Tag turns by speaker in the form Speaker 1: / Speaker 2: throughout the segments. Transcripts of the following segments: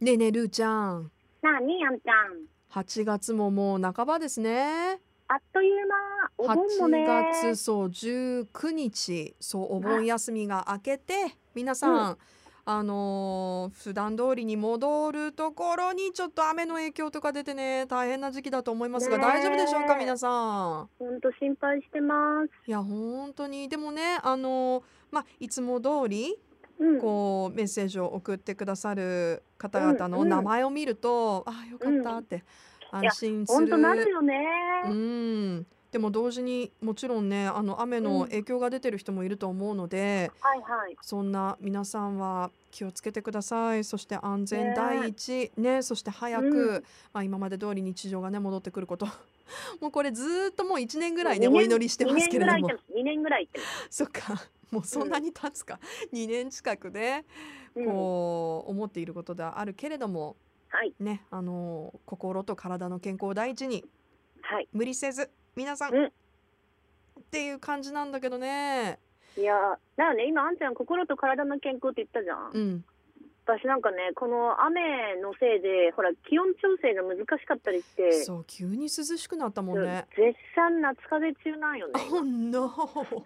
Speaker 1: ねえねえるーちゃん
Speaker 2: なあにあんちゃん
Speaker 1: 8月ももう半ばですね
Speaker 2: あっという間お盆もね
Speaker 1: 8月そう19日そうお盆休みが明けて皆さん、あのー普段通りに戻るところにちょっと雨の影響とか出てね大変な時期だと思いますが
Speaker 2: ねえ
Speaker 1: 大丈夫でしょうか皆さん
Speaker 2: ほんと心配してます
Speaker 1: いや本当にでもねあのーまあいつも通り
Speaker 2: うん
Speaker 1: こうメッセージを送ってくださる方々の
Speaker 2: うんうん
Speaker 1: 名前を見ると、ああよかったって
Speaker 2: んいや
Speaker 1: 安心す
Speaker 2: ほん
Speaker 1: る。
Speaker 2: となるよね
Speaker 1: うん、でも同時にもちろんねあの雨の
Speaker 2: うん
Speaker 1: 影響が出てる人もいると思うので、
Speaker 2: はいはい
Speaker 1: そんな皆さんは気をつけてくださいそして安全
Speaker 2: ね
Speaker 1: 第一ねそして早く、
Speaker 2: うん
Speaker 1: まあ、今まで通り日常がね戻ってくること もうこれずーっともう1年ぐらいね
Speaker 2: もう
Speaker 1: お
Speaker 2: 二年
Speaker 1: 祈りしてますけれども
Speaker 2: 2年ぐらい行ってます
Speaker 1: そっかもうそんなに経つか、2年近くで
Speaker 2: 二年ぐらい行ってます、うん、
Speaker 1: こう思っていることではあるけれども
Speaker 2: はい
Speaker 1: ねあの心と体の健康を第一に
Speaker 2: はい
Speaker 1: 無理せず皆さん、
Speaker 2: うん
Speaker 1: っていう感じなんだけどね
Speaker 2: いやだよね今あんちゃん心と体の健康って言ったじゃん、
Speaker 1: うん
Speaker 2: 私なんかねこの雨のせいでほら気温調整が難しかったりして
Speaker 1: そう急に涼しくなったも
Speaker 2: うんん
Speaker 1: ね、
Speaker 2: 絶賛夏風邪中なんよね今
Speaker 1: Oh no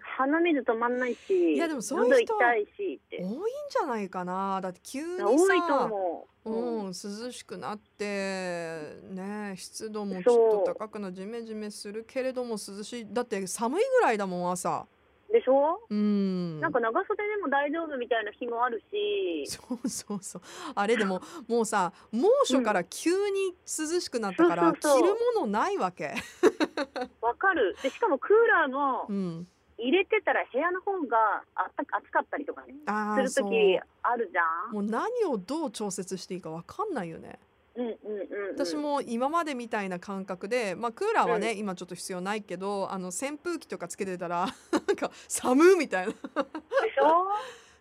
Speaker 2: 鼻水止まんないし
Speaker 1: いやでもそういう人
Speaker 2: 喉痛いしって
Speaker 1: 多いんじゃないかなだって急にさ
Speaker 2: 多いと思う、
Speaker 1: うん、涼しくなってね湿度もちょっと高くなジメジメするけれども涼しいだって寒いぐらいだもん朝
Speaker 2: でしょ
Speaker 1: うん
Speaker 2: なんか長袖でも大丈夫みたいな日もあるし、
Speaker 1: そうそうそうあれでももうさ猛暑から急に涼しくなったから、
Speaker 2: そうそうそう
Speaker 1: 着るものないわけ、
Speaker 2: わかる。で、しかもクーラーも
Speaker 1: うん、
Speaker 2: 入れてたら部屋の方があったか暑かったりとかね、
Speaker 1: あー
Speaker 2: する
Speaker 1: そう
Speaker 2: ときあるじゃん。
Speaker 1: もう何をどう調節していいかわかんないよね
Speaker 2: うんうんうん、うん。
Speaker 1: 私も今までみたいな感覚で、まあ、クーラーはね、今ちょっと必要ないけどあの扇風機とかつけてたら なんか寒いみたいな
Speaker 2: でしょ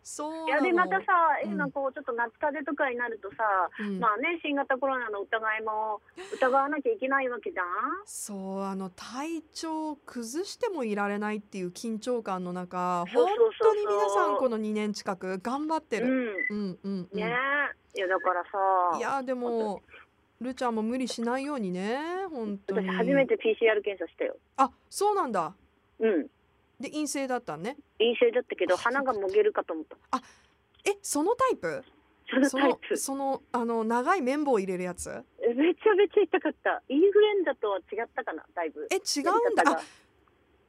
Speaker 1: そうな
Speaker 2: いや、
Speaker 1: の
Speaker 2: で、またさ、
Speaker 1: うん
Speaker 2: 今こう、ちょっと夏風邪とかになるとさ、
Speaker 1: うん
Speaker 2: まあね、新型コロナの疑いも疑わなきゃいけないわけじゃん。
Speaker 1: そうあの体調を崩してもいられないっていう緊張感の中
Speaker 2: そう
Speaker 1: 本
Speaker 2: そうそ
Speaker 1: 当
Speaker 2: うそう
Speaker 1: に皆さんこの2年近く頑張ってる、
Speaker 2: う
Speaker 1: う
Speaker 2: ん。
Speaker 1: んうんうん
Speaker 2: ねえ。いや、だからさ、
Speaker 1: いやでもるちゃんも無理しないようにね本当
Speaker 2: 私
Speaker 1: に
Speaker 2: 初めて PCR 検査したよ。
Speaker 1: あそうなんだ
Speaker 2: うん。
Speaker 1: で陰性だったね
Speaker 2: 陰性だったけど、鼻がもげるかと思った。
Speaker 1: えそのタイプ
Speaker 2: その
Speaker 1: そ
Speaker 2: タイ
Speaker 1: の
Speaker 2: プ。
Speaker 1: そのあの長い綿棒を入れるやつ
Speaker 2: めちゃめちゃ痛かったインフルエンザとは違ったかなだいぶ
Speaker 1: え違うんだ
Speaker 2: やり方
Speaker 1: あ
Speaker 2: が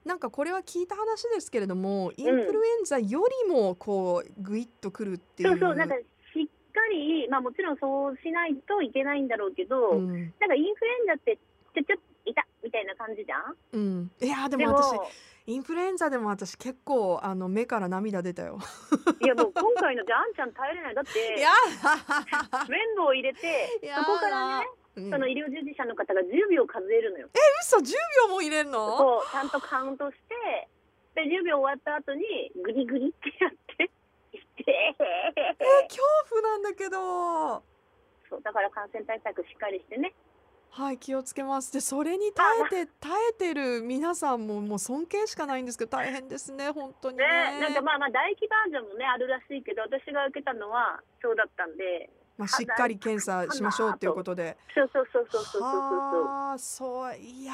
Speaker 1: なんかこれは聞いた話ですけれどもインフルエンザよりもこうグイッとくるっていう
Speaker 2: そうそうなんかしっかりまあもちろんそうしないといけないんだろうけど、
Speaker 1: うん
Speaker 2: なんかインフルエンザってちょちょっと痛っみたいな感じじゃん
Speaker 1: うん、いやーで
Speaker 2: で
Speaker 1: も
Speaker 2: も
Speaker 1: 私インフルエンザでも私結構あの目から涙出たよ。
Speaker 2: いやもう今回のじゃああんちゃん耐えれないだって
Speaker 1: いや
Speaker 2: 綿棒を入れて
Speaker 1: いや
Speaker 2: そこからね
Speaker 1: ー、
Speaker 2: その
Speaker 1: うん、
Speaker 2: 医療従事者の方が10秒数えるのよ、
Speaker 1: 嘘10秒も入れるの
Speaker 2: こうちゃんとカウントしてで10秒終わった後にグリグリってやって「痛え
Speaker 1: え恐怖なんだけど
Speaker 2: そうだから感染対策しっかりしてね
Speaker 1: はい気をつけますでそれに耐えて耐えてる皆さんももう尊敬しかないんですけど大変ですね本当にね
Speaker 2: ね、なんかまあまあ唾液バージョンもねあるらしいけど私が受けたのはそうだったんで
Speaker 1: まあ、しっかり検査しましょうっていうことで。
Speaker 2: そうそうそうそうそうそうそう
Speaker 1: はあそういやー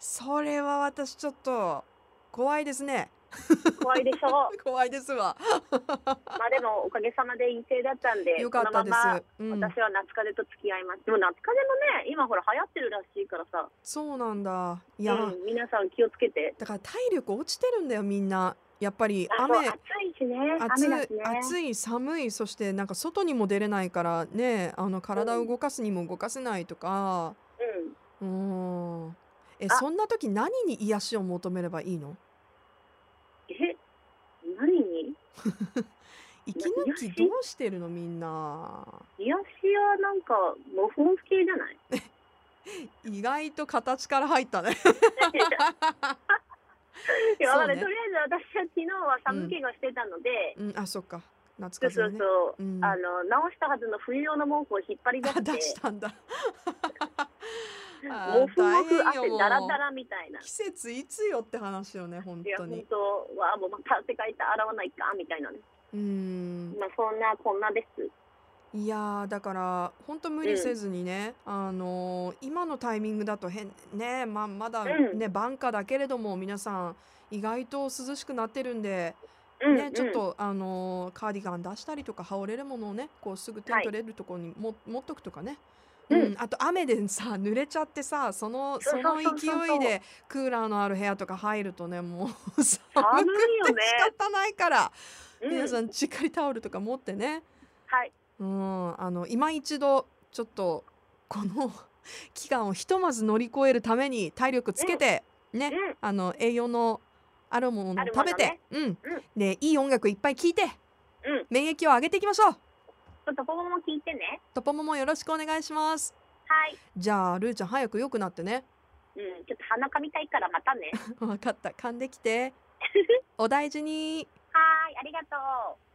Speaker 1: それは私ちょっと怖いですね
Speaker 2: そう怖いでしょう
Speaker 1: 怖いですわ。
Speaker 2: まあでもおかげさまで陰性だったんで
Speaker 1: よかったです。
Speaker 2: こ
Speaker 1: う
Speaker 2: の
Speaker 1: ん
Speaker 2: まま私は夏風邪と付き合います、でも夏風邪もね今ほら流行ってるらしいからさ
Speaker 1: そうなんだ。いや、
Speaker 2: うん、皆さん気をつけて
Speaker 1: だから体力落ちてるんだよみんな。やっぱり
Speaker 2: あそう
Speaker 1: 雨
Speaker 2: 暑いしね
Speaker 1: 暑
Speaker 2: 雨だし
Speaker 1: い
Speaker 2: ね
Speaker 1: 暑い寒いそしてなんか外にも出れないからねあの体を動かすにも動かせないとか。
Speaker 2: うん
Speaker 1: うん。え
Speaker 2: あ
Speaker 1: そんな時何に癒しを求めればいいの？
Speaker 2: え何に
Speaker 1: 息抜き
Speaker 2: 癒し
Speaker 1: どうしてるのみんな。
Speaker 2: 癒しはなんかモフモフ系じゃない
Speaker 1: 意外と形から入ったね。
Speaker 2: いや、
Speaker 1: そうね
Speaker 2: だからとりあえず私は昨日は寒気がしてたので、
Speaker 1: うんあそっか夏
Speaker 2: そう
Speaker 1: 風
Speaker 2: そう
Speaker 1: 邪ね。
Speaker 2: そう、
Speaker 1: うん
Speaker 2: あの直したはずの冬用の毛布を引っ張り出
Speaker 1: あ
Speaker 2: して、
Speaker 1: 出した んだ。あー
Speaker 2: もふ
Speaker 1: 大
Speaker 2: もふ
Speaker 1: 変よ
Speaker 2: 汗だらだらみたいな。
Speaker 1: 季節いつよって話よね本
Speaker 2: いや
Speaker 1: 当
Speaker 2: 本
Speaker 1: に。
Speaker 2: 当はもうまた汗かいて洗わないかみたいなね。
Speaker 1: うーん。
Speaker 2: まあそんなこんなです。
Speaker 1: いやーだから本当無理せずにね、あのー今のタイミングだと変ねまあまだ
Speaker 2: うん
Speaker 1: ね晩夏だけれども皆さん意外と涼しくなってるんで
Speaker 2: うん
Speaker 1: ねちょっ
Speaker 2: うん
Speaker 1: とあのーカーディガン出したりとか羽織れるものをねこうすぐ手に
Speaker 2: はい
Speaker 1: 取れるところにも持っとくとかね。
Speaker 2: うん
Speaker 1: うん、あと雨でさ濡れちゃってさその
Speaker 2: そう
Speaker 1: そ
Speaker 2: そ
Speaker 1: の
Speaker 2: うそうそう
Speaker 1: 勢いでクーラーのある部屋とか入るとねもう 寒
Speaker 2: 寒
Speaker 1: く
Speaker 2: いよ
Speaker 1: て
Speaker 2: ね
Speaker 1: 仕方ないから、
Speaker 2: うん
Speaker 1: 皆さんしっかりタオルとか持ってね
Speaker 2: はい
Speaker 1: うん、あの今一度ちょっとこの 期間をひとまず乗り越えるために体力つけて、ね、
Speaker 2: うん
Speaker 1: あの栄養のあるものを
Speaker 2: あるも
Speaker 1: 食
Speaker 2: の
Speaker 1: べ
Speaker 2: ね
Speaker 1: て、うん、でいい音楽いっぱい聴いて、
Speaker 2: うん
Speaker 1: 免疫を上げていきましょう
Speaker 2: ちょっとここも聞いてね
Speaker 1: トポモもよろしくお願いします
Speaker 2: はい
Speaker 1: じゃあルーちゃん早く良くなってね
Speaker 2: うんちょっと鼻かみたいからまたね
Speaker 1: わかった噛んできてお大事に
Speaker 2: はーいありがとう